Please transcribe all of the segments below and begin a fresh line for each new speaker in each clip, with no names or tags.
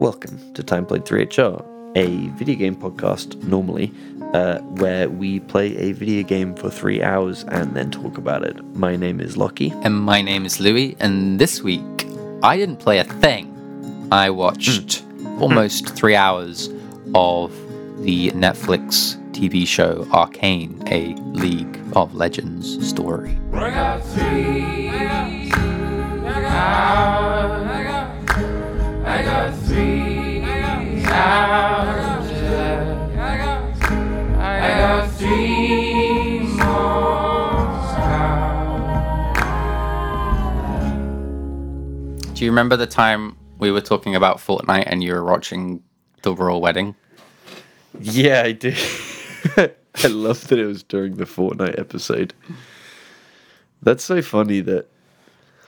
Welcome to Time Played 3HR, a video game podcast normally, uh, where we play a video game for three hours and then talk about it. My name is Lockie.
And my name is Louis, and this week I didn't play a thing. I watched almost three hours of the Netflix TV show Arcane, a League of Legends story. Do you remember the time we were talking about Fortnite and you were watching the Royal Wedding?
Yeah, I do. I love that it was during the Fortnite episode. That's so funny that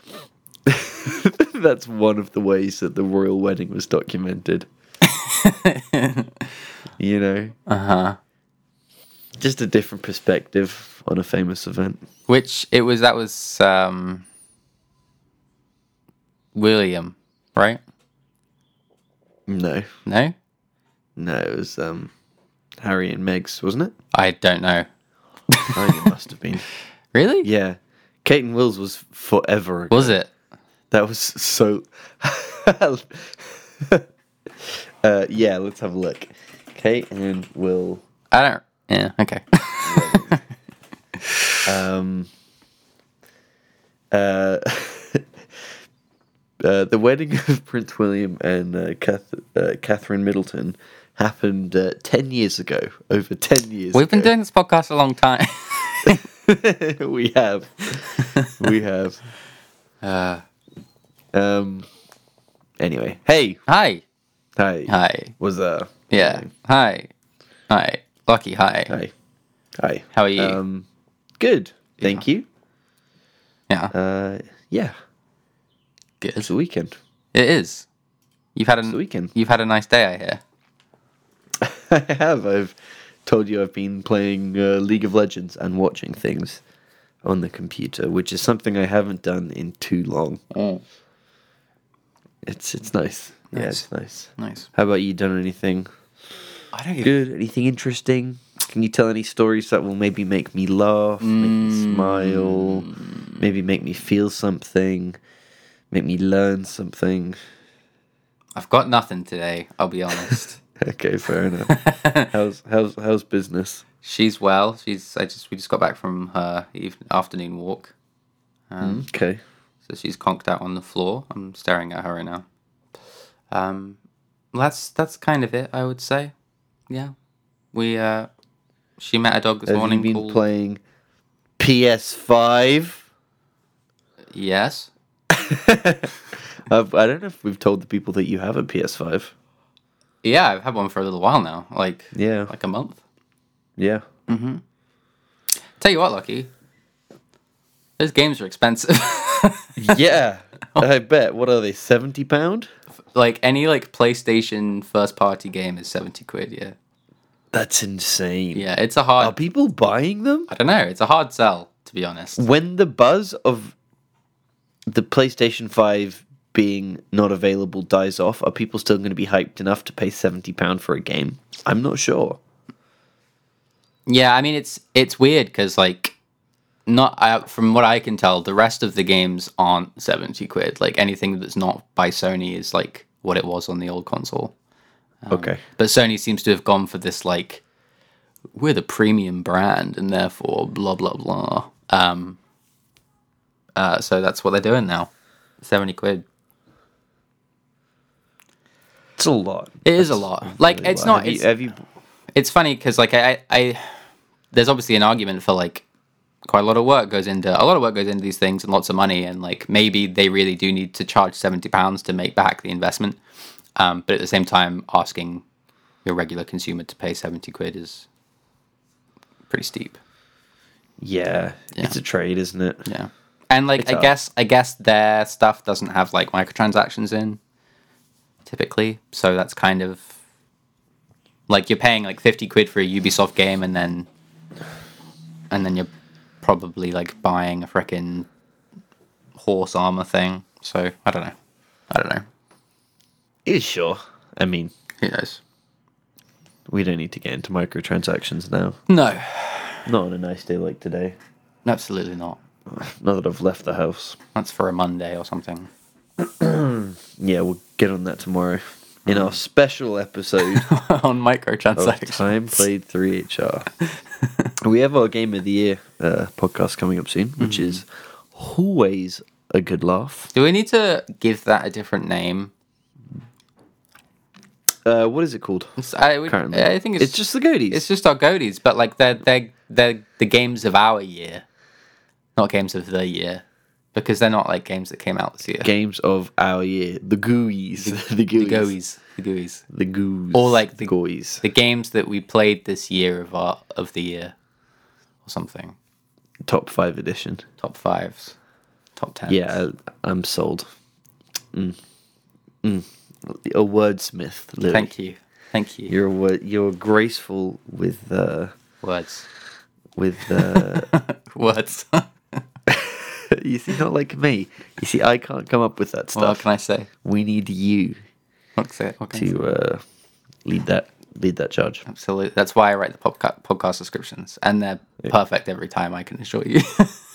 that's one of the ways that the royal wedding was documented. you know? Uh huh. Just a different perspective on a famous event.
Which it was, that was um, William, right?
No.
No?
No, it was um, Harry and Meg's, wasn't it?
I don't know.
I think it must have been.
Really?
Yeah. Kate and Will's was forever ago.
Was it?
That was so. uh, yeah, let's have a look. Kate and Will.
I don't. Yeah, okay.
Um, uh, uh, the wedding of Prince William and uh, Kath- uh, Catherine Middleton happened uh, 10 years ago. Over 10 years
We've been
ago.
doing this podcast a long time.
we have. we have.
Uh,
Um. Anyway, hey,
hi.
hi,
Hi.
Was uh,
Yeah. Hi. Hi. Lucky. Hi.
hi, hi.
How are you?
Um, good. Thank you.
yeah.
Uh, yeah,
Good.
it's the weekend.
It is. You've had a
the weekend.
You've had a nice day, I hear.
I have. I've told you I've been playing uh, League of Legends and watching things on the computer, which is something I haven't done in too long.
Oh.
It's it's nice. Yeah,
Nice.
it's nice.
Nice.
How about you? Done anything?
I don't. Give,
good? Anything interesting? Can you tell any stories that will maybe make me laugh, make me smile, maybe make me feel something, make me learn something?
I've got nothing today. I'll be honest.
Okay, fair enough. how's how's how's business?
She's well. She's. I just. We just got back from her even, afternoon walk,
Okay.
so she's conked out on the floor. I'm staring at her right now. Um, that's that's kind of it. I would say. Yeah. We. Uh, she met a dog this
Have
morning.
you been
called-
playing PS5?
Yes.
I've, I don't know if we've told the people that you have a PS5.
Yeah, I've had one for a little while now. Like
Yeah.
like a month.
Yeah.
Tell you what, Lucky. Those games are expensive.
yeah. I bet. What are they? Seventy pound?
like any like PlayStation first party game is seventy quid. Yeah,
That's insane.
yeah. It's a
Are
hard.
people buying them?
I don't know. It's a hard sell to be honest.
When the buzz of the PlayStation Five being not available dies off, are people still going to be hyped enough to pay seventy pound for a game? I'm not sure.
Yeah, I mean it's it's weird because like not I, from what I can tell, the rest of the games aren't seventy quid. Like anything that's not by Sony is like what it was on the old console. Um,
okay.
But Sony seems to have gone for this like we're the premium brand and therefore blah blah blah. Um, uh, so that's what they're doing now. Seventy quid.
It's a lot.
It is a lot. Like
Really
it's
lot. Have
not.
you-
it's,
have you
it's funny because like I, I, I, there's obviously an argument for like quite a lot of work goes into a lot of work goes into these things and lots of money and like maybe they really do need to charge seventy pounds to make back the investment, um, but at the same time asking your regular consumer to pay seventy quid is pretty steep.
Yeah, it's a trade, isn't it?
Yeah, and like I
up.
guess I guess their stuff doesn't have like microtransactions in typically, so that's kind of like you're paying like fifty quid for a Ubisoft game, and then and then you're probably like buying a freaking horse armor thing. So I don't know, I don't know.
Yeah, sure. I mean,
Who knows?
we don't need to get into microtransactions now.
No,
Not on a nice day like today.
absolutely not.
Now that I've left the house.
That's for a Monday or something.
Yeah, we'll get on that tomorrow in
Mm.
our special episode of
on microtransactions.
Time Played 3HR. we have our Game of the Year uh, podcast coming up soon, which is always a good laugh.
Do we need to give that a different name?
Uh, what is it called?
It's- I, would,
Currently,
I think it's,
it's just the goadies.
it's just our goatees, but like they're they're they're the games of our year, not games of the year, because they're not like games that came out this year.
games of our year. The gooies. The,
the
gooies.
goies, the goies,
The goos.
Or like the-
goys.
the games that we played this year of our of the year, or something.
Top five edition.
Top fives, top ten.
Yeah, I, I'm sold. Mm. Mm. A wordsmith, Louis.
Thank you, thank you.
You're a word, you're graceful with uh,
Words,
with uh,
words.
you see not like me. You see, I can't come up with that
what
stuff.
can I say?
we need you
What can I say? What can I say?
to uh, lead that lead that charge.
Absolutely. That's why I write the podca- podcast descriptions, and they're perfect every time. I can assure you.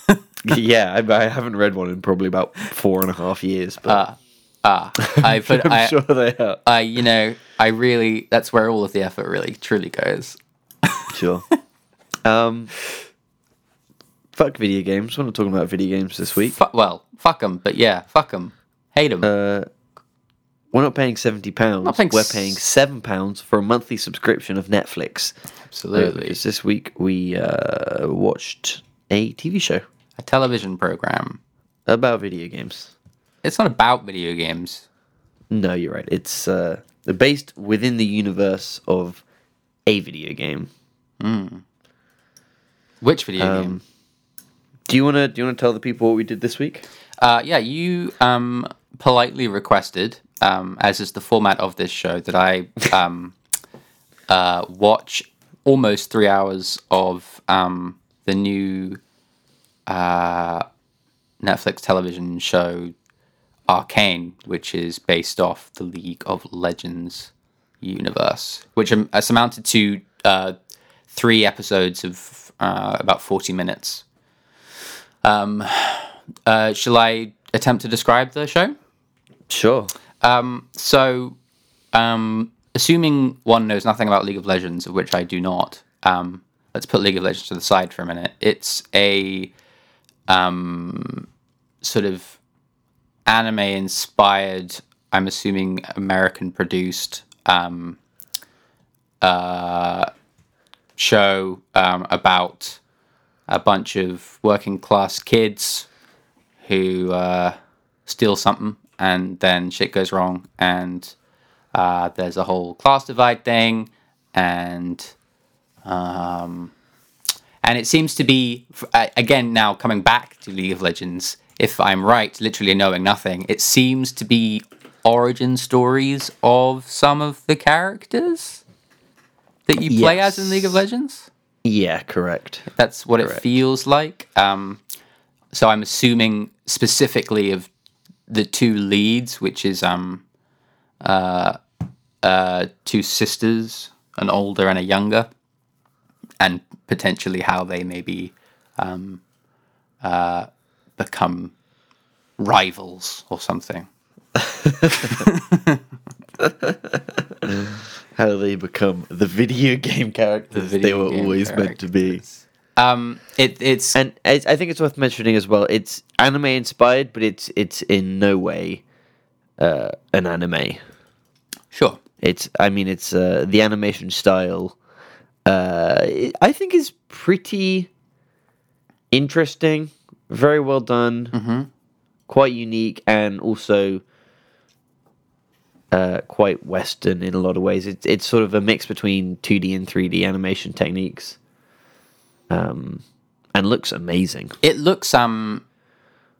yeah, I, I haven't read one in probably about four and a half years, but
ah, I put.
I'm
I,
sure they are.
I, you know, I really. That's where all of the effort really truly goes.
Sure. um, fuck video games. We're not talking about video games this week.
Fu- well, fuck them, but yeah, fuck them, hate them.
Uh, we're not paying seventy pounds.
paying
We're
s-
paying seven pounds for a monthly subscription of Netflix. Uh,
Absolutely,
because this week we uh, watched a TV show
a television program.
about video games.
It's not about video games.
No, you're right. It's uh, based within the universe of a video game.
Which video game?
Do you wanna do you wanna tell the people what we did this week?
Uh, yeah, you um, politely requested, um, as is the format of this show, that I um, uh, watch almost three hours of um, the new uh, Netflix television show Arcane, which is based off the League of Legends universe, which am- is amounted to uh, three episodes of uh, about 40 minutes. Uh, shall I attempt to describe the show?
Sure.
So, um, assuming one knows nothing about League of Legends, of which I do not, um, let's put League of Legends to the side for a minute. It's a um, sort of anime inspired, I'm assuming American produced um, uh, show um, about a bunch of working class kids who uh, steal something and then shit goes wrong and uh, there's a whole class divide thing and um, and it seems to be f- a- again now coming back to League of Legends if I'm right literally knowing nothing it seems to be origin stories of some of the characters that you play as in League of
Yes.
Legends
Yeah, correct.
that's what it feels like. Um, so I'm assuming specifically of the two leads, which is um, uh, uh, two sisters, an older and a younger, and potentially how they maybe um, uh, become rivals or something.
How they become the video game characters they
video
were
game
always meant to be.
Um, it, it's
And I I think it's worth mentioning as well. It's anime inspired, but it's it's in no way uh, an anime.
sure.
It's I mean it's uh, the animation style. Uh, it- I think is pretty interesting, very well done, quite unique, and also uh, quite Western in a lot of ways. It's it's sort of a mix between two D and three D animation techniques, um, and looks amazing.
It looks um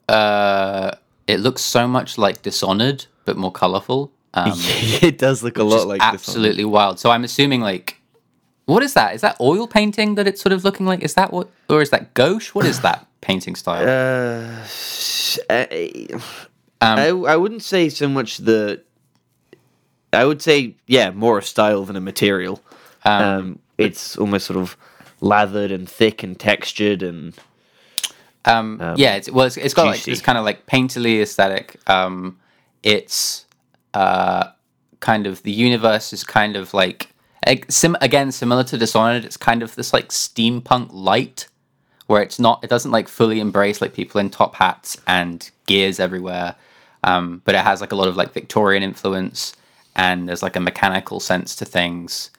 uh it looks so much like Dishonored, but more colourful. Um
it does look a lot like
absolutely wild. So I'm assuming like what is that? Is that oil painting that it's sort of looking like? This is that what or is that gauche? What is that painting style?
This one. Uh, I, I wouldn't say so much the I would say, yeah, more a style than a material.
Um,
Um, it's almost sort of lathered and thick and textured and
um, yeah it's well it's, it's got like
juicy.
this kind of like painterly aesthetic um it's uh kind of the universe is kind of like ag- sim- again similar to dishonored it's kind of this like steampunk light where it's not it doesn't like fully embrace like people in top hats and gears everywhere um but it has like a lot of like victorian influence and there's like a mechanical sense to things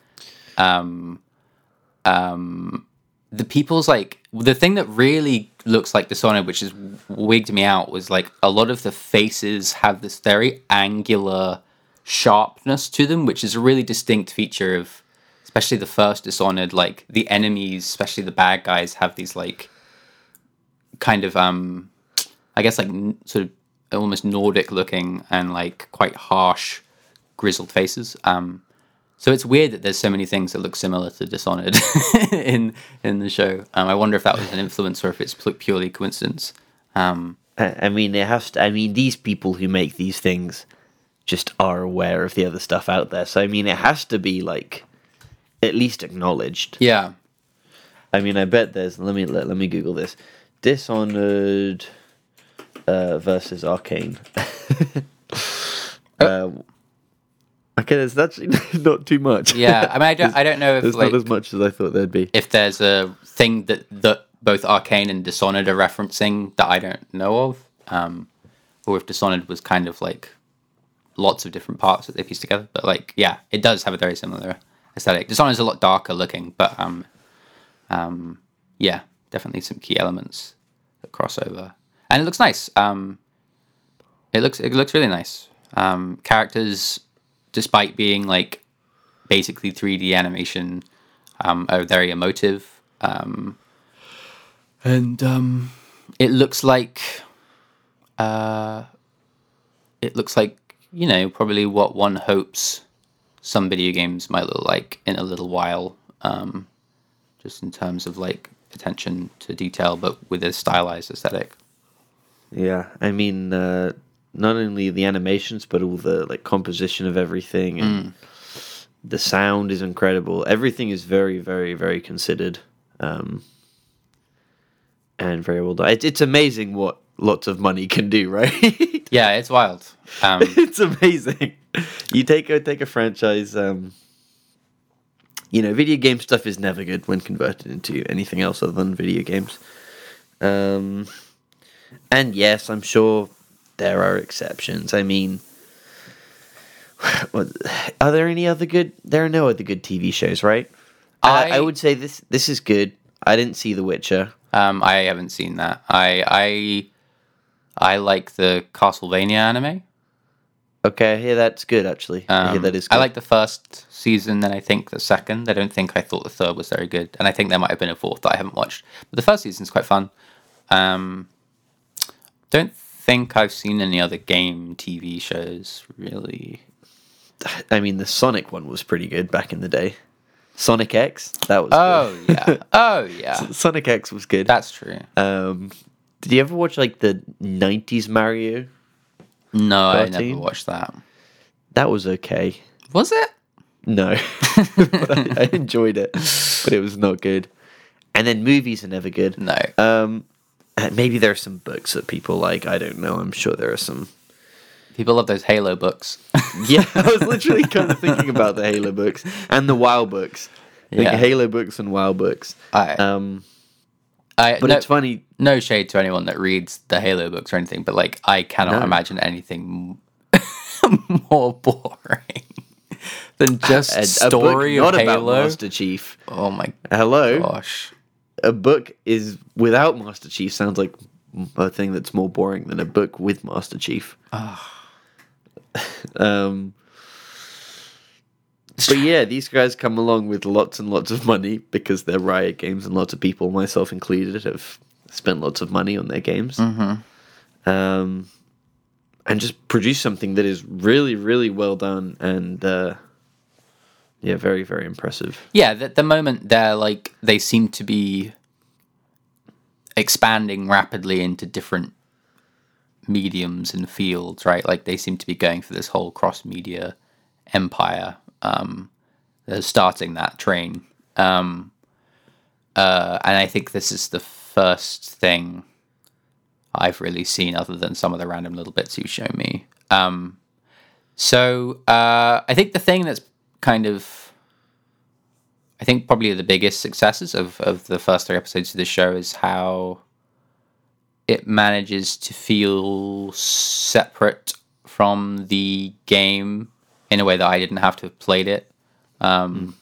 the people's like the thing that really looks like Dishonored, which has wigged me out, was like a lot of the faces have this very angular sharpness to them, which is a really distinct feature of, especially the first Dishonored. Like the enemies, especially the bad guys, have these like kind of um, I guess like n- sort of almost Nordic looking and like quite harsh, grizzled faces. Um, so it's weird that there's so many things that look similar to Dishonored in in the show. Um, I wonder if that was an influence or if it's pu- purely coincidence.
I I mean, it has to. I mean, these people who make these things just are aware of the other stuff out there. So I mean, it has to be like at least acknowledged.
Yeah,
I mean, I bet there's. Let me let, let me Google this. Dishonored uh, versus Arcane. uh, okay, there's actually not too much.
yeah. I mean, I don't, I don't know if
there's
like
not as much as I thought there'd be.
if there's a thing that that both Arcane and Dishonored are referencing that I don't know of, um, or if Dishonored was kind of like lots of different parts that they pieced together. But like, yeah, it does have a very similar aesthetic. Dishonored's a lot darker looking, but um, um, yeah, definitely some key elements that cross over, and it looks nice. Um, it looks it looks really nice. Um, characters, despite being like basically 3D animation, um, are very emotive. Um, and um, it looks like, uh, it looks like you know probably what one hopes some video games might look like in a little while, um, just in terms of like attention to detail, but with a stylized aesthetic.
Yeah, I mean, uh, not only the animations, but all the like composition of everything, and the sound is incredible. Everything is very, very, very considered, um, and very well done. It, it's amazing what lots of money can do, right?
Yeah, it's wild. Um,
it's amazing. You take a take a franchise. Um, you know, video game stuff is never good when converted into anything else other than video games. Um, and yes, I'm sure there are exceptions. I mean, what- are there any other good? There are no other good TV shows, right? I, I
I-
would say this this is good. I didn't see The Witcher.
Um, I haven't seen that. I I I like the Castlevania anime.
Okay, I hear that's good actually. I hear
Um,
that is. Good.
I like the first season and I think the second. I don't think I thought the third was very good, and I think there might have been a fourth that I haven't watched. But the first season's quite fun. Um, don't think I've seen any other game TV shows really.
I mean, the Sonic one was pretty good back in the day. Sonic X, that was
Oh yeah, oh yeah,
good. Sonic X was good.
that's true.
Um, did you ever watch like the '90s Mario?
No, I never
13?
watched that.
That was okay.
Was it?
No, but I, I enjoyed it, but it was not good. And then movies are never good.
No.
Um, and maybe there are some books that people like. I don't know. I'm sure there are some.
People love those Halo books.
Yeah, I was literally kind of thinking about the Halo books and the WoW books. I think
Yeah.
Halo books and WoW books.
I,
Um,
I,
uh, but
no-
it's funny.
no shade to anyone that reads the Halo books or anything, but like I cannot
No.
imagine anything m- more boring than just
A, a
story
book not
of
about
Halo.
Master Chief.
Oh my
Hello.
gosh!
a book is without Master Chief sounds like m- a thing that's more boring than a book with Master Chief. um, but yeah, these guys come along with lots and lots of money because they're Riot games, and lots of people, myself included, have spent lots of money on their games. Um, and just produce something that is really, really well done and uh, yeah, very, very impressive.
Yeah, the, the moment they're like they seem to be expanding rapidly into different mediums and fields, right? Like they seem to be going for this whole cross media empire um, that is starting that train. Um, uh, and I think this is the first thing I've really seen, other than some of the random little bits you show me. Um, so uh, I think the thing that's kind of I think probably the biggest successes of, of the first three episodes of the show is how it manages to feel separate from the game in a way that I didn't have to have played it. Um,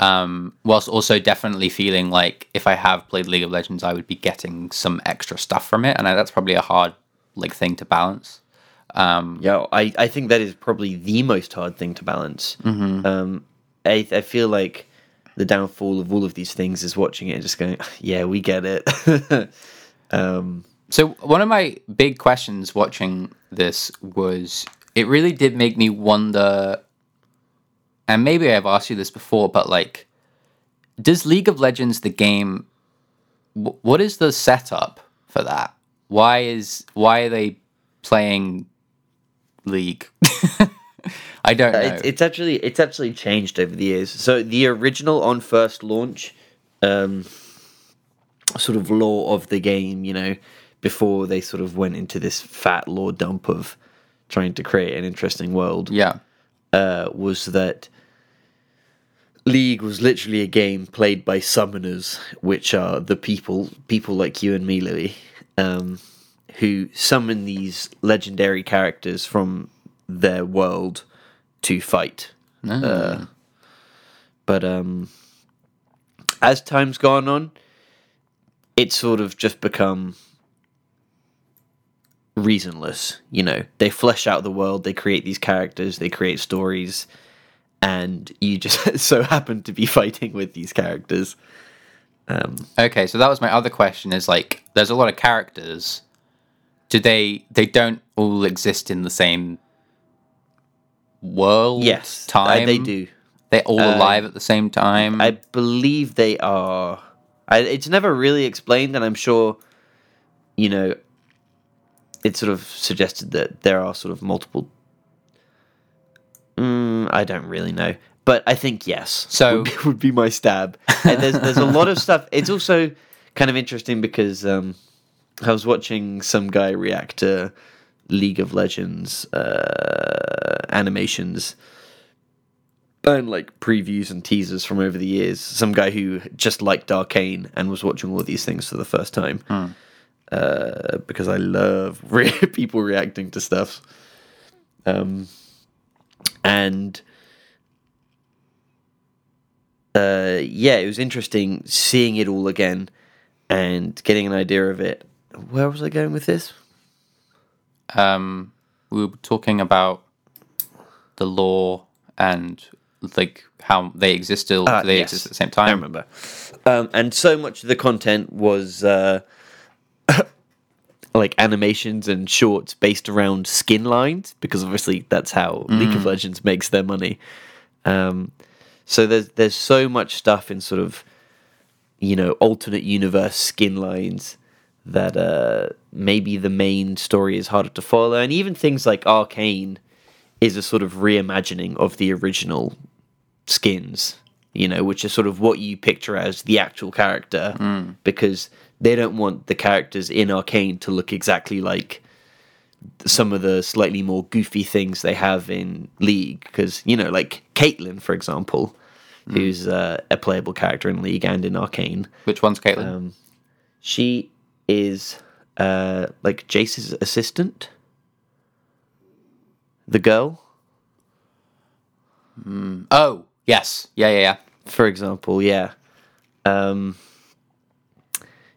um, whilst also definitely feeling like if I have played League of Legends, I would be getting some extra stuff from it, and I, that's probably a hard like thing to balance.
Yeah, I, I think that is probably the most hard thing to balance. Um, I, I feel like the downfall of all of these things is watching it and just going, "Ah, yeah, we get it. um,
So one of my big questions watching this was it really did make me wonder and maybe I've asked you this before but like does League of Legends the game wh- what is the setup for that? Why is why are they playing League? I don't know.
it's, it's actually it's actually changed over the years. So the original on first launch, um, sort of lore of the game, you know, before they sort of went into this fat lore dump of trying to create an interesting world.
yeah.
uh, was that League was literally a game played by summoners, which are the people, people like you and me, Louis, um, who summon these legendary characters from their world to fight. Uh, but um, as time's gone on, it's sort of just become reasonless. You know, they flesh out the world, they create these characters, they create stories, and you just so happen to be fighting with these characters.
Okay, so that was my other question is like there's a lot of characters. Do they they don't all exist in the same world
Yes, uh,
time?
they do. Uh,
They're all alive at the same time.
I believe they are. I, it's never really explained, and I'm sure, you know, it's sort of suggested that there are sort of multiple. Mm, I don't really know, but I think yes.
So-
would be, would be my stab. And there's there's a lot of stuff. It's also kind of interesting because um, I was watching some guy react to League of Legends uh, animations and like previews and teasers from over the years. Some guy who just liked Arcane and was watching all these things for the first time. Uh, because I love re- people reacting to stuff. Um, and uh, yeah, it was interesting seeing it all again and getting an idea of it. Where was I going with this?
um, we were talking about the law and like how they exist still. do they
Uh, yes.
exist at the same
I
time.
remember. Um, and so much of the content was uh, like animations and shorts based around skin lines, because obviously that's how League of Legends makes their money. Um, so there's there's so much stuff in sort of you know alternate universe skin lines that uh, maybe the main story is harder to follow, and even things like Arcane is a sort of reimagining of the original skins, you know, which is sort of what you picture as the actual character because they don't want the characters in Arcane to look exactly like some of the slightly more goofy things they have in League because, you know, like Caitlyn, for example, who's uh, a playable character in League and in Arcane,
Which one's Caitlin?
Um, she is uh, like Jace's assistant, the girl.
oh, yes. Yeah, yeah, yeah.
for example, yeah. Um,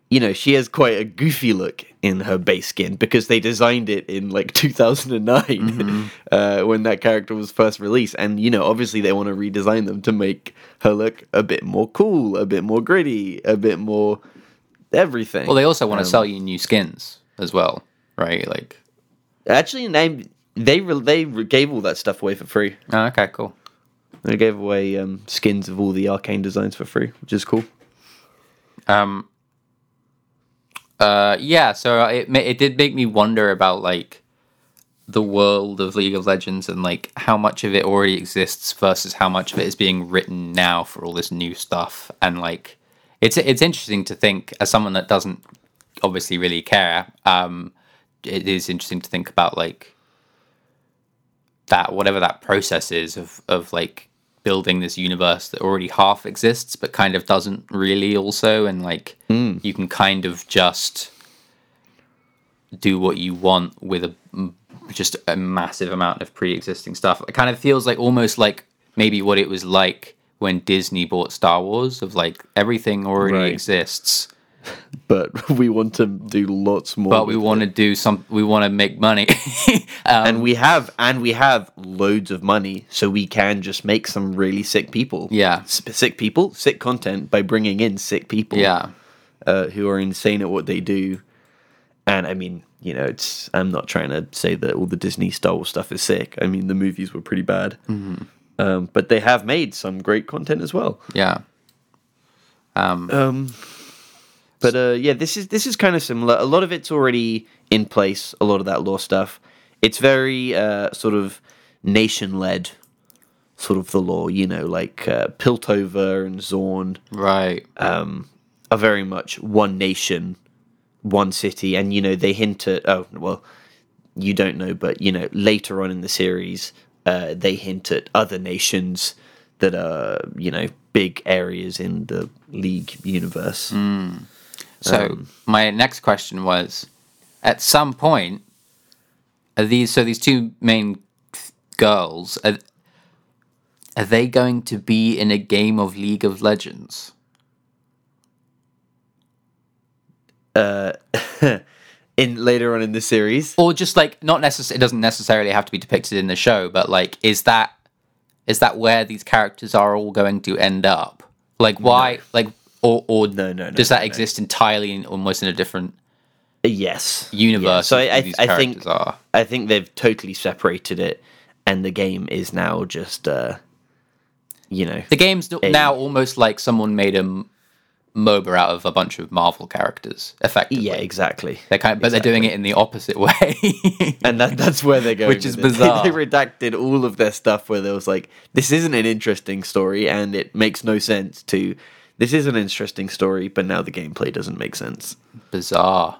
you know, she has quite a goofy look in her base skin because they designed it in like 2009
Mm-hmm.
uh, when that character was first released. And, you know, obviously they want to redesign them to make her look a bit more cool, a bit more gritty, a bit more everything.
Well, they also
um,
want to sell you new skins as well, right? Like,
Actually, they, they, re- they re- gave all that stuff away for free.
oh, okay, cool.
They gave away um, skins of all the arcane designs for free, which is cool.
Um. Uh, yeah, so it ma- it did make me wonder about like the world of League of Legends and like how much of it already exists versus how much of it is being written now for all this new stuff. And like, it's it's interesting to think as someone that doesn't obviously really care. Um, it is interesting to think about like that whatever that process is of of like building this universe that already half exists but kind of doesn't really also and like you can kind of just do what you want with a just a massive amount of pre-existing stuff it kind of feels like almost like maybe what it was like when disney bought star wars of like everything already
Right.
exists
but we want to do lots more.
but we want to do some we want to make money Um,
and we have and we have loads of money, so we can just make some really sick people.
Yeah.
S- sick people, sick content by bringing in sick people.
yeah
uh, who are insane at what they do. And I mean, you know, it's I'm not trying to say that all the Disney Star Wars stuff is sick. I mean, the movies were pretty bad,
Mm-hmm.
um, but they have made some great content as well.
yeah
Um, but uh, yeah, this is this is kind of similar. A lot of it's already in place. A lot of that law stuff. It's very uh, sort of nation led, sort of the law. You know, like uh, Piltover and Zorn.
right
are very much one nation, one city, and you know they hint at oh well, you don't know, but you know later on in the series, uh, they hint at other nations that are you know big areas in the League universe.
So my next question was, at some point, are these so these two main th- girls are, are they going to be in a game of League of Legends?
In later on in the series,
Or just like not necessarily it doesn't necessarily have to be depicted in the show, but like is that is that where these characters are all going to end up? Like why like or or
No, no, no,
does that
no, no.
exist entirely in almost in a different
yes,
universe?
Yeah, so
of who
I, I,
these
I think
characters are.
I think they've totally separated it, and the game is now just uh, you know
The game's n- now almost like someone made a m- MOBA out of a bunch of Marvel characters, effectively.
yeah exactly.
They're kind but they're doing it in the opposite way.
and that, that's where they're going.
Which is
with it. They-
bizarre.
They, redacted all of their stuff where there was like, this isn't an interesting story, and it makes no sense. To this is an interesting story, but now the gameplay doesn't make sense,
Bizarre.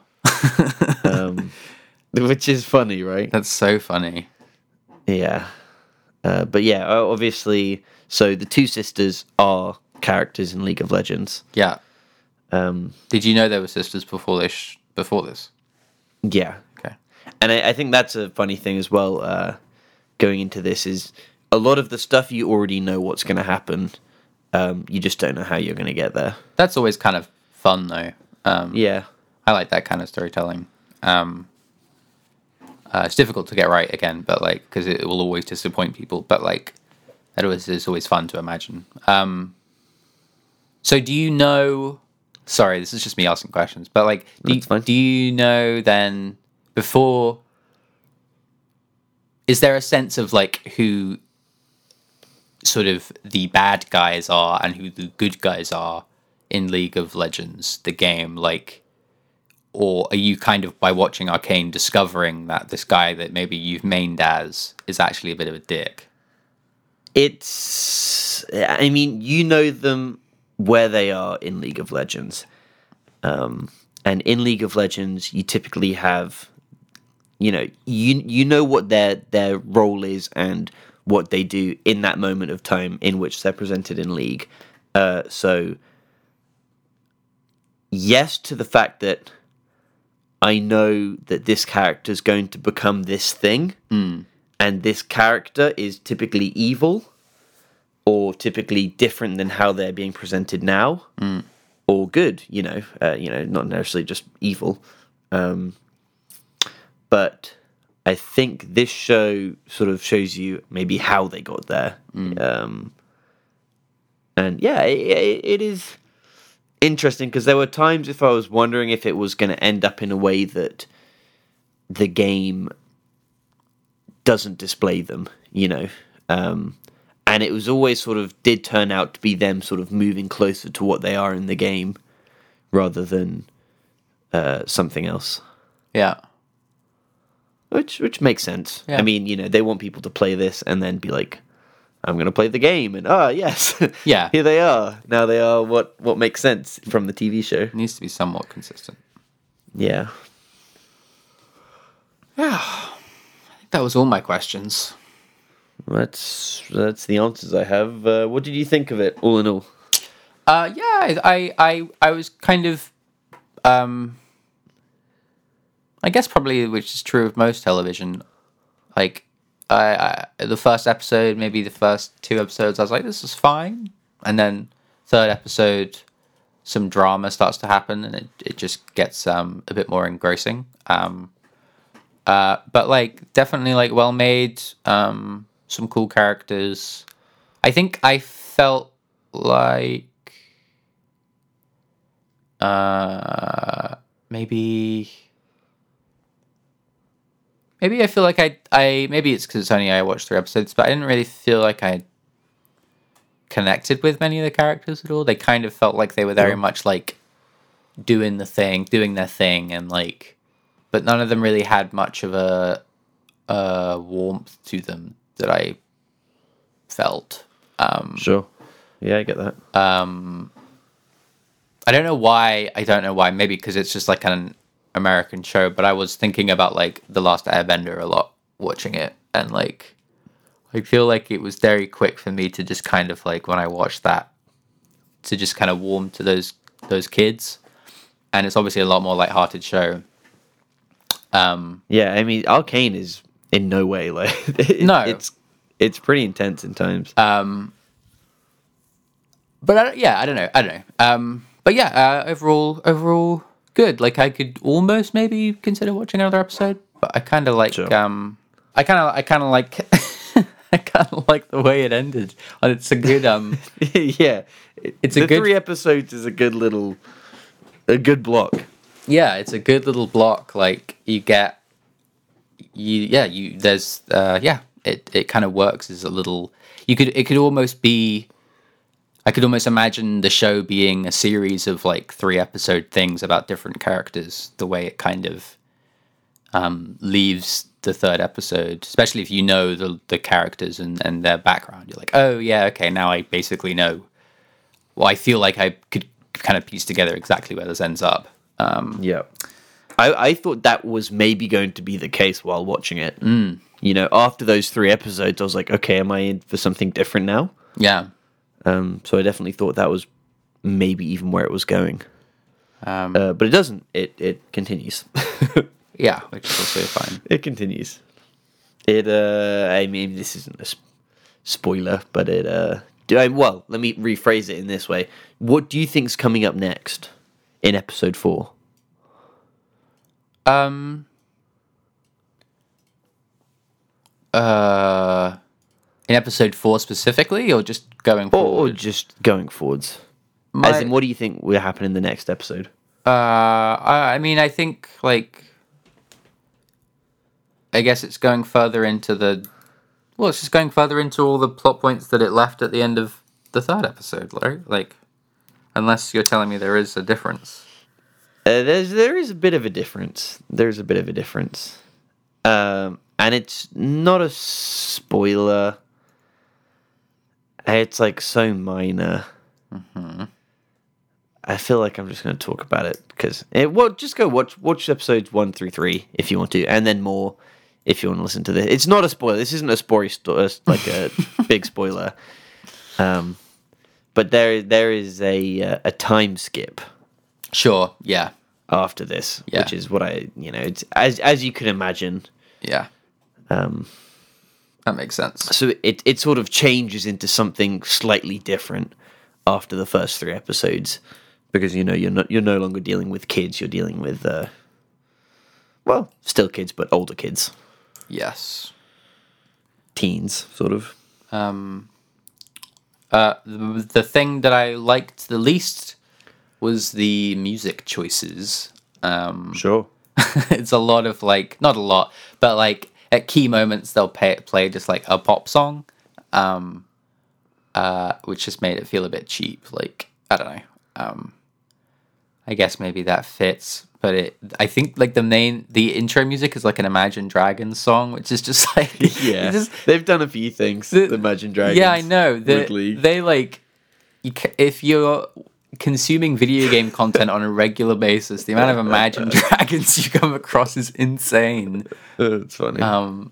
which is funny, right?
That's so funny.
Yeah, uh, but yeah, uh, obviously. So the two sisters are characters in League of Legends.
Yeah.
Um,
Did you know they were sisters before this? Sh- before this?
yeah,
Okay.
and I, I think that's a funny thing as well. Uh, going into this is a lot of the stuff you already know what's going to happen. Um, you just don't know how you're going to get there.
That's always kind of fun, though. Um,
Yeah.
I like that kind of storytelling. Um, uh, it's difficult to get right again, but like because it will always disappoint people. But like that always is always fun to imagine. Um, so do you know? Sorry, this is just me asking questions. But like, do,
That's fine.
do you know then before? Is there a sense of like who sort of the bad guys are and who the good guys are in League of Legends, the game? Like, or are you kind of by watching Arcane discovering that this guy that maybe you've mained as is actually a bit of a dick?
It's. I mean, you know them where they are in League of Legends. Um, and in League of Legends, you typically have, you know, you you know what their their role is and what they do in that moment of time in which they're presented in League. Uh, so, yes to the fact that I know that this character's going to become this thing and this character is typically evil or typically different than how they're being presented now or good you know uh, you know not necessarily just evil um, but i think this show sort of shows you maybe how they got there um, and yeah it, it, it is interesting because there were times if i was wondering if it was going to end up in a way that the game doesn't display them, you know. Um, and it was always sort of did turn out to be them sort of moving closer to what they are in the game rather than uh, something else.
Yeah.
which which makes sense.
Yeah.
I mean, you know, they want people to play this and then be like, "I'm going to play the game," and ah, yes,
Yeah.
here they are. Now they are what what makes sense from the TV show.
It needs to be somewhat consistent.
Yeah,
I think that was all my questions.
that's that's the answers I have. Uh, what did you think of it, all in all?
Uh, yeah, I, I, I, I was kind of, um, I guess probably which is true of most television. Like, I, I the first episode, maybe the first two episodes, I was like, this is fine, and then third episode, some drama starts to happen, and it, it just gets um a bit more engrossing. Um, uh, but like definitely like well made, um, some cool characters. I think I felt like uh maybe maybe I feel like I I maybe it's because it's only I watched three episodes, but I didn't really feel like I connected with many of the characters at all. They kind of felt like they were very much like doing the thing, doing their thing, and like, but none of them really had much of a a warmth to them that I felt. Um,
Sure. Yeah, I get that.
I don't know why. I don't know why. Maybe because it's just like an American show. But I was thinking about like the Last Airbender a lot watching it, and like I feel like it was very quick for me to just kind of like when I watched that to just kind of warm to those those kids, and it's obviously a lot more light-hearted show. Um,
Yeah, I mean, Arcane is in no way like it-
No. Uh,
it's it's pretty intense in times.
but I, don't- yeah, I don't know. I don't know. Um, but yeah, uh, overall, overall, good. Like I could almost maybe consider watching another episode, but I kind of like.
Sure.
Um, I kind of, I kind of like. I kind of like the way it ended. And it's a good. Um,
yeah, it-
It's a
the
good-
three episodes is a good little a good block.
yeah, it's a good little block. Like you get. You yeah you there's uh yeah it it kind of works as a little you could it could almost be. I could almost imagine the show being a series of like three episode things about different characters, the way it kind of um, leaves the third episode, especially if you know the, the characters and, and their background. You're like, oh, yeah, okay, now I basically know. Well, I feel like I could kind of piece together exactly where this ends up. Um,
Yeah. I, I thought that was maybe going to be the case while watching it. Mm. You know, after those three episodes, I was like, okay, am I in for something different now?
yeah.
Um, so I definitely thought that was maybe even where it was going. Um, uh, but it doesn't. It it continues.
Yeah, which is also fine.
it continues. It uh I mean this isn't a sp- spoiler, but it uh do I, well, let me rephrase it in this way. What do you think's coming up next in episode 4?
Um, uh, in episode four specifically, or just going
Or, or
forward?
just going forwards?
My-
As in what do you think will happen in the next episode?
Uh, I I mean, I think like, I guess it's going further into the, well, it's just going further into all the plot points that it left at the end of the third episode, right? Like, unless you're telling me there is a difference.
Uh, there's there is a bit of a difference. There's a bit of a difference, um, and it's not a spoiler. It's like so minor. I feel like I'm just going to talk about it because it, well, just go watch watch episodes one through three if you want to, and then more if you want to listen to this. It's not a spoiler. This isn't a spory sto- uh, like a big spoiler. Um, but there there is a uh, a time skip
Sure. Yeah.
after this,
Yeah.
which is what I, you know, it's as as you can imagine.
Yeah.
Um,
That makes sense.
so it it sort of changes into something slightly different after the first three episodes, because you know you're not you're no longer dealing with kids, you're dealing with uh, well, still kids but older kids,
Yes.
teens, sort of.
Um, uh, the, the thing that I liked the least was the music choices. Um,
Hmm. Sure.
it's a lot of like not a lot, but like at key moments they'll pay, play just like a pop song, um, uh, which just made it feel a bit cheap. Like I don't know. Um, I guess maybe that fits. But it, I think like the main, the intro music is like an Imagine Dragons song, which is just like
Yeah,
it's just-
they've done a few things. The, Imagine Dragons.
yeah, I know.
Wood
They,
League.
they like you ca- if you're consuming video game content on a regular basis, the amount of Imagine Dragons you come across is insane.
Uh, it's funny.
Um,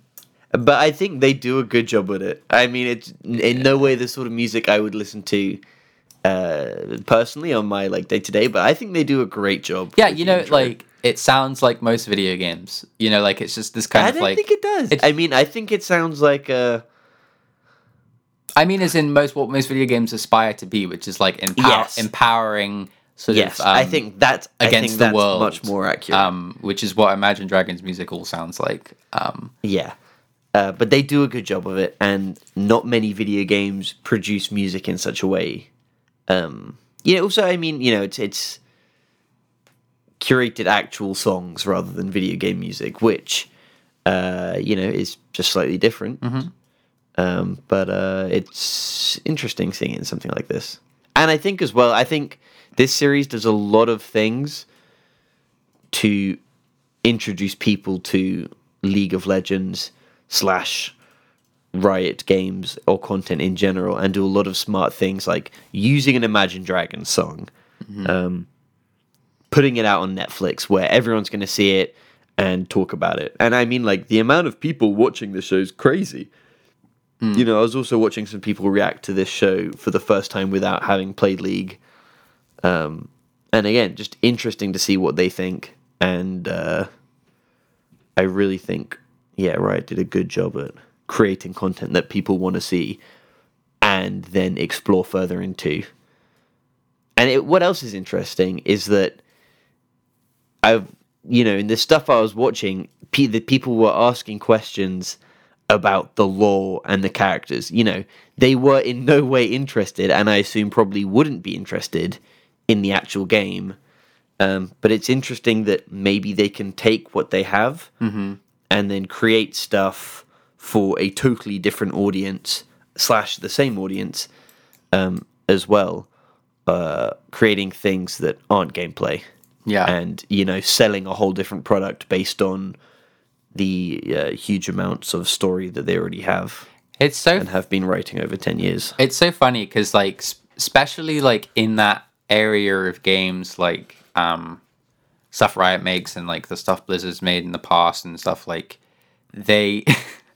but I think they do a good job with it. I mean, it's n- in no way the sort of music I would listen to uh, personally on my like day to day, but I think they do a great job.
yeah,
with
you
the
know,
intro.
like it sounds like most video games. You know, like it's just this kind
I
of
don't
like.
think it does.
it's-
I mean, I think it sounds like a
I mean, as in most what most video games aspire to be, which is like empower,
Yes.
empowering. Sort
yes.
of, um,
I think that's I
against
think
the
that's
world,
much more accurate.
um, which is what Imagine Dragons music all sounds like. Um,
yeah. Uh, but they do a good job of it, and not many video games produce music in such a way. Um, you know, also, I mean, you know, it's it's curated actual songs rather than video game music, which uh, you know is just slightly different. Um, but uh, it's interesting seeing it in something like this, and I think as well, I think this series does a lot of things to introduce people to League of Legends slash Riot games or content in general, and do a lot of smart things like using an Imagine Dragons song, um, putting it out on Netflix where everyone's going to see it and talk about it. And I mean, like the amount of people watching the show is crazy. You know, I was also watching some people react to this show for the first time without having played League and again, just interesting to see what they think. And uh, I really think, yeah, Riot did a good job at creating content that people want to see and then explore further into. And it, what else is interesting is that I've, you know, in the stuff I was watching, pe- the people were asking questions about the lore and the characters. You know, they were in no way interested, and I assume probably wouldn't be interested in the actual game. Um, but it's interesting that maybe they can take what they have and then create stuff for a totally different audience slash the same audience um, as well, uh, creating things that aren't gameplay
yeah,
and you know selling a whole different product based on the uh, huge amounts of story that they already have
it's so
and have been writing over 10 years
It's so funny because like s- especially like in that area of games like um stuff Riot makes and like the stuff Blizzard's made in the past and stuff like they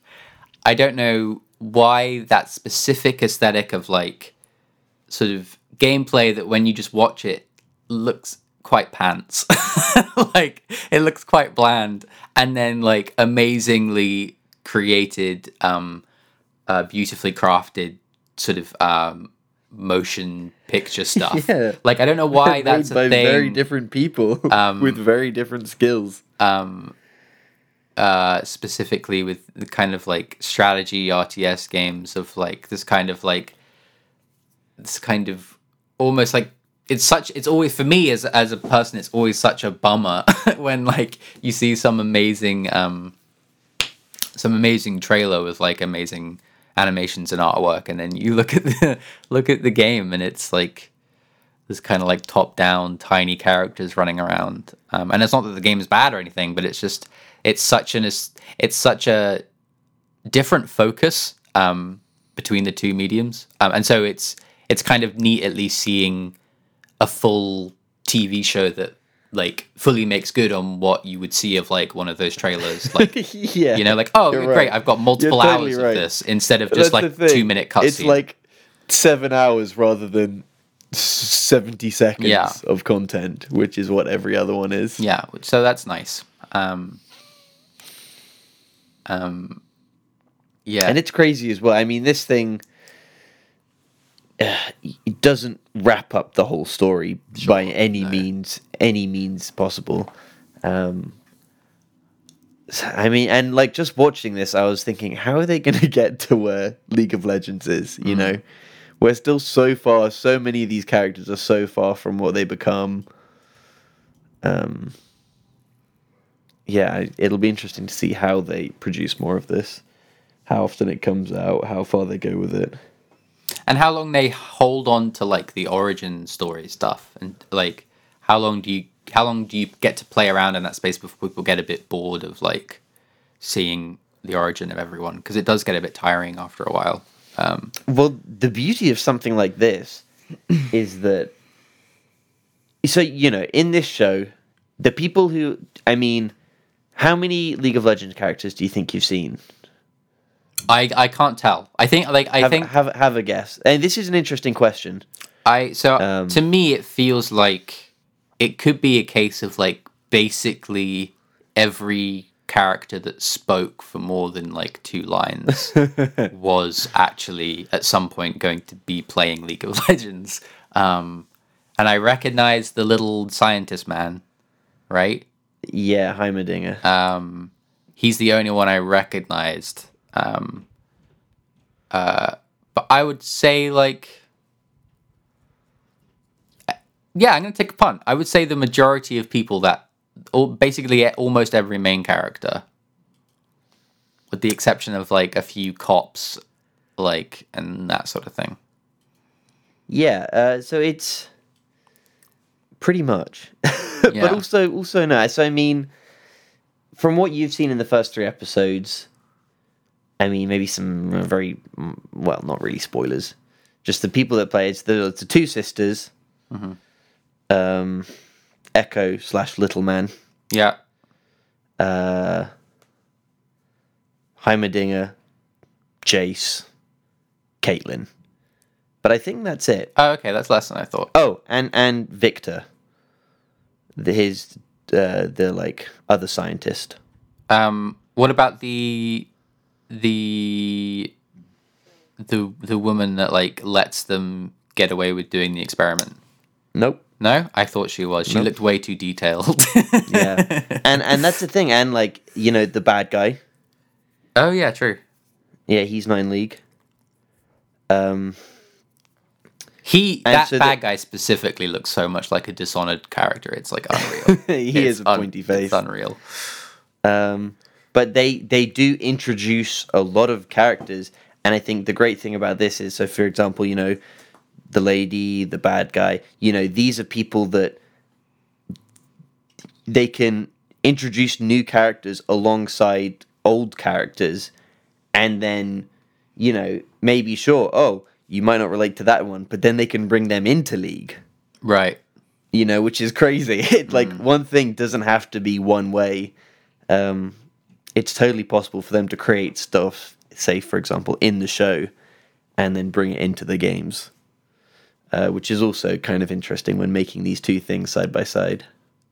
I don't know why that specific aesthetic of like sort of gameplay that when you just watch it looks quite pants like it looks quite bland and then like amazingly created um uh, beautifully crafted sort of um, motion picture stuff.
Yeah.
Like I don't know why that's a thing.
different people with very different skills
um, uh, specifically with the kind of like strategy RTS games of like this kind of like this kind of almost like it's such it's always for me as as a person it's always such a bummer when like you see some amazing um some amazing trailer with like amazing animations and artwork and then you look at the look at the game and it's like this kind of like top down tiny characters running around um, and it's not that the game is bad or anything but it's just it's such an it's it's such a different focus um, between the two mediums um, and so it's it's kind of neat at least seeing a full tv show that like fully makes good on what you would see of like one of those trailers like
yeah
you know, like, oh,
You're
great,
right.
I've got multiple
totally
hours
right.
of this instead of just like two minute cutscene.
it's like seven hours rather than 70 seconds
Yeah.
of content which is what every other one is
yeah, which- so that's nice. Um, um, yeah,
and it's crazy as well. I mean, this thing uh, it doesn't wrap up the whole story by any means, any means possible. Um, so, I mean, and like just watching this, I was thinking, how are they going to get to where League of Legends is? You know, we're still so far. So many of these characters are so far from what they become. Um, yeah, I- it'll be interesting to see how they produce more of this how often it comes out, how far they go with it.
and how long they hold on to like the origin story stuff and like how long do you how long do you get to play around in that space before people get a bit bored of like seeing the origin of everyone because it does get a bit tiring after a while. Um,
Well, the beauty of something like this is that. So, you know, in this show, the people who. I mean, how many League of Legends characters do you think you've seen?
I I can't tell. I think like I
Have,
think
have, have a guess. And this is an interesting question.
I so
Um,
to me it feels like it could be a case of like basically every character that spoke for more than like two lines was actually at some point going to be playing League of Legends. Um, and I recognize the little scientist man, right?
Yeah, Heimerdinger.
Um, he's the only one I recognized. Um, uh, but I would say like, uh, yeah, I'm gonna take a punt. I would say the majority of people that, or basically a- almost every main character, with the exception of like a few cops, like and that sort of thing.
Yeah, uh, so it's pretty much.
Yeah.
but also also no. So I mean from what you've seen in the first three episodes, I mean maybe some uh, very mm, well, not really spoilers. Just the people that play it's the, it's the two sisters. Um Echo slash Little Man.
Yeah,
Uh Heimerdinger, Jace, Caitlin. But I think that's it.
Oh, okay, that's less than I thought.
Oh, and and Victor, the, his uh, the like other scientist.
Um, what about the the the the woman that like lets them get away with doing the experiment?
Nope.
No, I thought she was. She looked way too detailed.
Yeah. and and that's the thing. And like you know the bad guy.
oh yeah, true.
Yeah, he's nine league. Um.
He
And
that
so
bad
the-
guy specifically looks so much like a dishonored character. It's like unreal.
he is
It's
a
un-
pointy face.
It's unreal.
Um, but they they do introduce a lot of characters, and I think the great thing about this is so. For example, you know, the lady, the bad guy. You know, these are people that they can introduce new characters alongside old characters, and then you know maybe sure oh you might not relate to that one, but then they can bring them into league
Right.
you know, which is crazy. It, like one thing doesn't have to be one way. Um, it's totally possible for them to create stuff, say for example, in the show, and then bring it into the games, uh, which is also kind of interesting when making these two things side by side.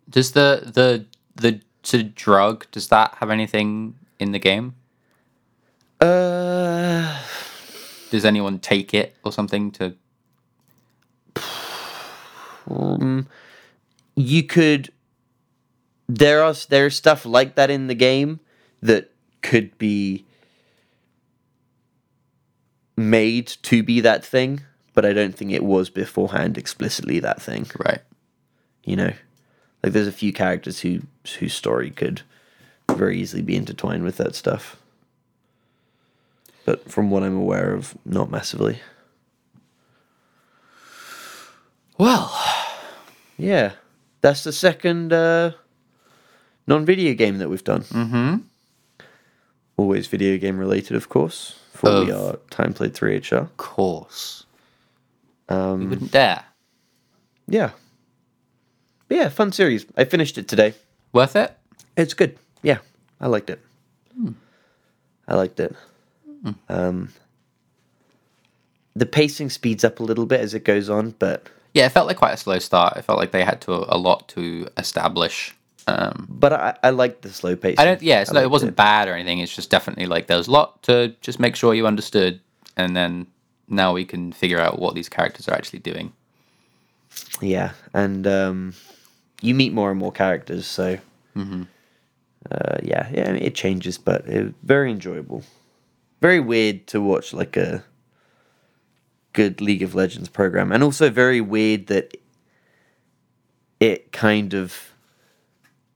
Does the the the to drug does that have anything in the game?
Uh,
Does anyone take it or something to?
Um, you could. There are there's stuff like that in the game that could be made to be that thing, but I don't think it was beforehand explicitly that thing.
Right.
You know, like there's a few characters who whose story could very easily be intertwined with that stuff. But from what I'm aware of, not massively.
Well,
Yeah, that's the second uh, non-video game that we've done. Mm-hmm. Always video game related, of course. For we
Of-
are time played three HR.
course. we
Um,
wouldn't dare.
yeah, but yeah, fun series. I finished it today.
Worth it?
It's good. Yeah, I liked it.
Hmm.
I liked it. Um, the pacing speeds up a little bit as it goes on, but
Yeah, it felt like quite a slow start. It felt like they had to a lot to establish. Um,
but I, I liked the slow pace.
I don't. Yeah, it's not, it wasn't bad or anything. It's just definitely like there was a lot to just make sure you understood, and then now we can figure out what these characters are actually doing.
Yeah, and um, you meet more and more characters, so uh, yeah, yeah, I mean, it changes, but it, very enjoyable. Very weird to watch like a good League of Legends program, and also very weird that it kind of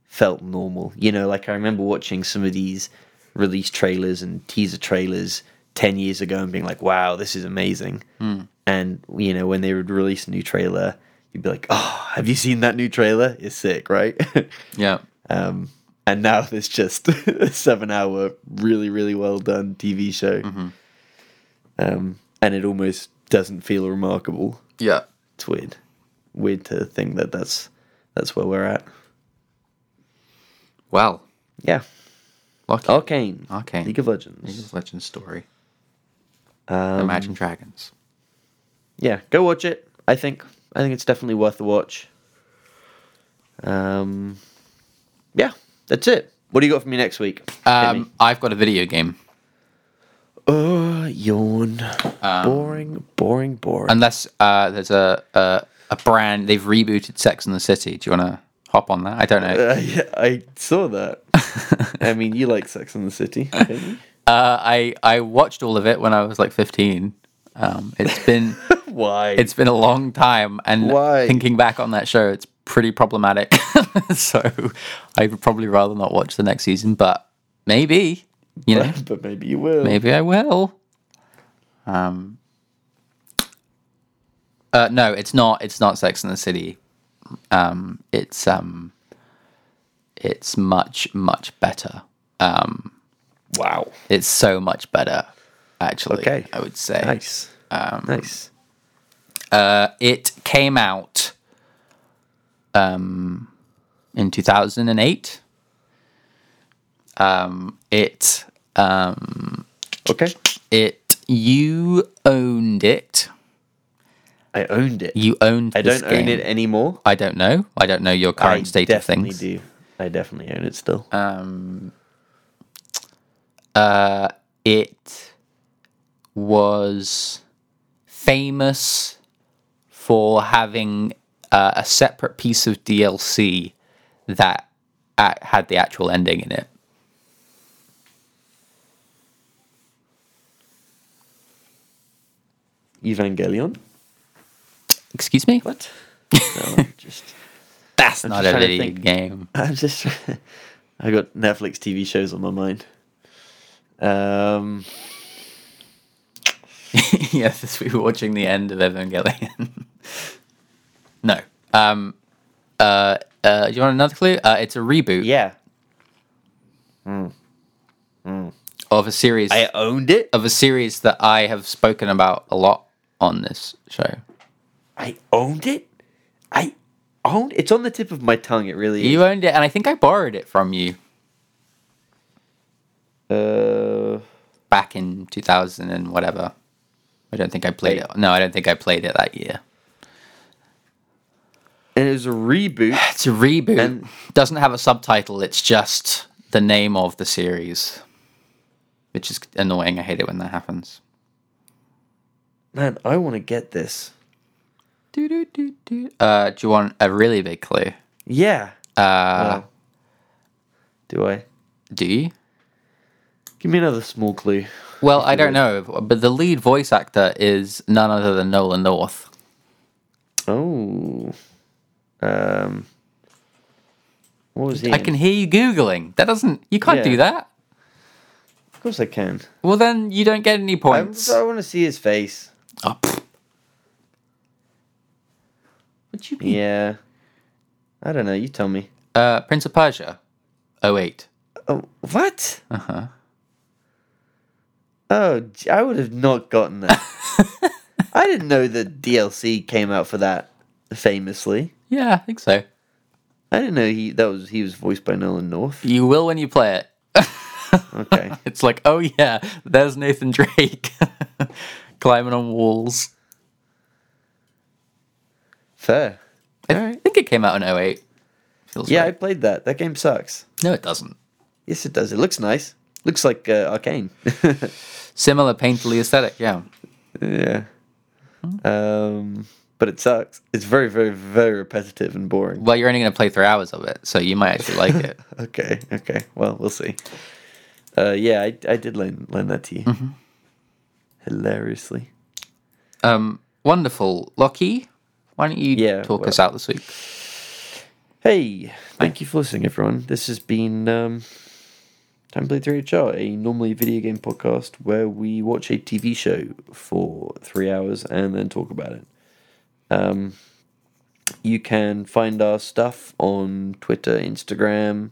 felt normal. You know, like I remember watching some of these release trailers and teaser trailers ten years ago and being like, "Wow, this is amazing." And you know, when they would release a new trailer, you'd be like, "Oh, have you seen that new trailer? It's sick, right?"
Yeah.
um, and now there's just a seven-hour, really, really well done TV show, um, and it almost doesn't feel remarkable.
Yeah.
It's weird, weird to think that that's that's where we're at.
Well,
Yeah,
lucky.
Arcane,
Arcane.
League of Legends.
League of Legends story.
Um,
Imagine Dragons.
yeah, go watch it. I think I think it's definitely worth the watch. Um, yeah, that's it. What do you got for me next week? Hit me.
Um, I've got a video game.
Uh, yawn.
um,
boring, boring, boring.
Unless uh, there's a, a a brand they've rebooted Sex and the City. Do you want to hop on that? I don't know.
uh, yeah, I saw that. I mean, you like Sex and the City, don't you?
Uh, I I watched all of it when I was like 15. Um, it's been
Why?
it's been a long time, and
Why?
thinking back on that show, it's pretty problematic. so I would probably rather not watch the next season, but maybe you know
but maybe you will.
maybe I will. Um. Uh, no, it's not. It's not Sex and the City. Um, it's um. It's much much better.
Wow.
It's so much better, actually.
Okay.
I would say.
Nice.
Um,
nice.
it came out um, in 2008 um, it uh,
Okay.
it you owned it
I owned it.
you owned
I
this
don't own
game.
it anymore.
i don't know i don't know your current
I
state of
definitely
things Uh,
do. I definitely own it still.
it was famous for having uh, a separate piece of DLC that a- had the actual ending in it.
Evangelion.
Excuse me?
What? No, I'm just
That's not
just
a
trying to
video
think.
game.
I'm just I got Netflix TV shows on my mind. Um
yes, we were watching the end of Evangelion. no. Um, uh, uh, do you want another clue? Uh, it's a reboot
yeah,
of a series
I owned it.
of a series that I have spoken about a lot on this show.
I owned it. I owned it's on the tip of my tongue it really is.
You owned it, and I think I borrowed it from you
Uh
back in 2000 and whatever. I don't think I played it. No, I don't think I played it that year.
and it was a reboot.
It's a reboot.
And-
Doesn't have a subtitle. It's just the name of the series, which is annoying. I hate it when that happens.
Man, I want to get this.
Do, do, do, do. Uh, do you want a really big clue?
Yeah.
Uh,
Well, do I?
Do you?
Give me another small clue.
Well, I don't know, but the lead voice actor is none other than Nolan North.
Oh. Um What was he?
I
in?
can hear you googling. That doesn't. You can't
Yeah.
do that.
Of course I can.
Well, then you don't get any
I, I
points.
want to see his face.
Oh, pfft. what do you mean?
Yeah. I don't know. You tell me.
Uh, Prince of Persia. Oh wait.
Oh, what?
Uh huh.
Oh, j- I would have not gotten that. I didn't know the DLC came out for that famously.
Yeah, I think so.
I didn't know he that was he was voiced by Nolan North.
You will when you play it.
Okay.
it's like, oh yeah, there's Nathan Drake climbing on walls.
Fair.
I think it came out in 08. Feels
Yeah, I
right.
played that. That game sucks.
No, it doesn't.
Yes, it does. It looks nice. Looks like uh, Arcane.
Similar painfully aesthetic, yeah.
yeah. Um, but it sucks. It's very, very, very repetitive and boring.
Well, you're only going to play three hours of it, so you might actually like it.
Okay. Okay. Well, we'll see. Uh, yeah, I, I did lend, lend that to you. Hilariously.
Um, wonderful. Lockie, why don't you
Yeah,
talk
well-
us out this week?
Hey, thank you for listening, everyone. This has been um, Time Play 3HR, a normally video game podcast where we watch a TV show for three hours and then talk about it. Um, You can find our stuff on Twitter, Instagram,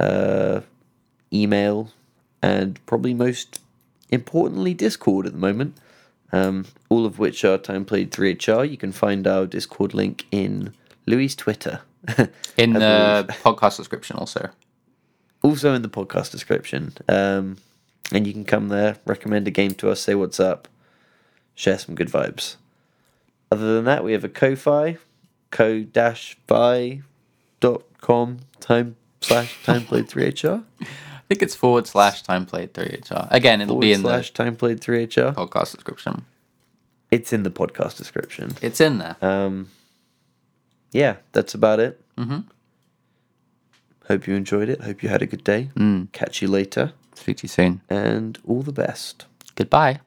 uh, email, and probably most importantly, Discord at the moment. Um, all of which are time played 3HR. You can find our Discord link in Louis' Twitter.
in
I
the podcast description also.
also in the podcast description. Um, and you can come there, recommend a game to us, say what's up, share some good vibes. Other than that, we have a Ko-Fi, co-fi.com time slash time played 3HR.
I think it's forward slash time played three HR. Again, it'll be
Forward
in
slash time played 3HR.
the podcast description.
It's in the podcast description.
It's in there.
Um, yeah, that's about it. Mm-hmm. Hope you enjoyed it.
Mm.
Hope you had a good day. Catch you later.
Speak to you soon.
And all the best.
Goodbye.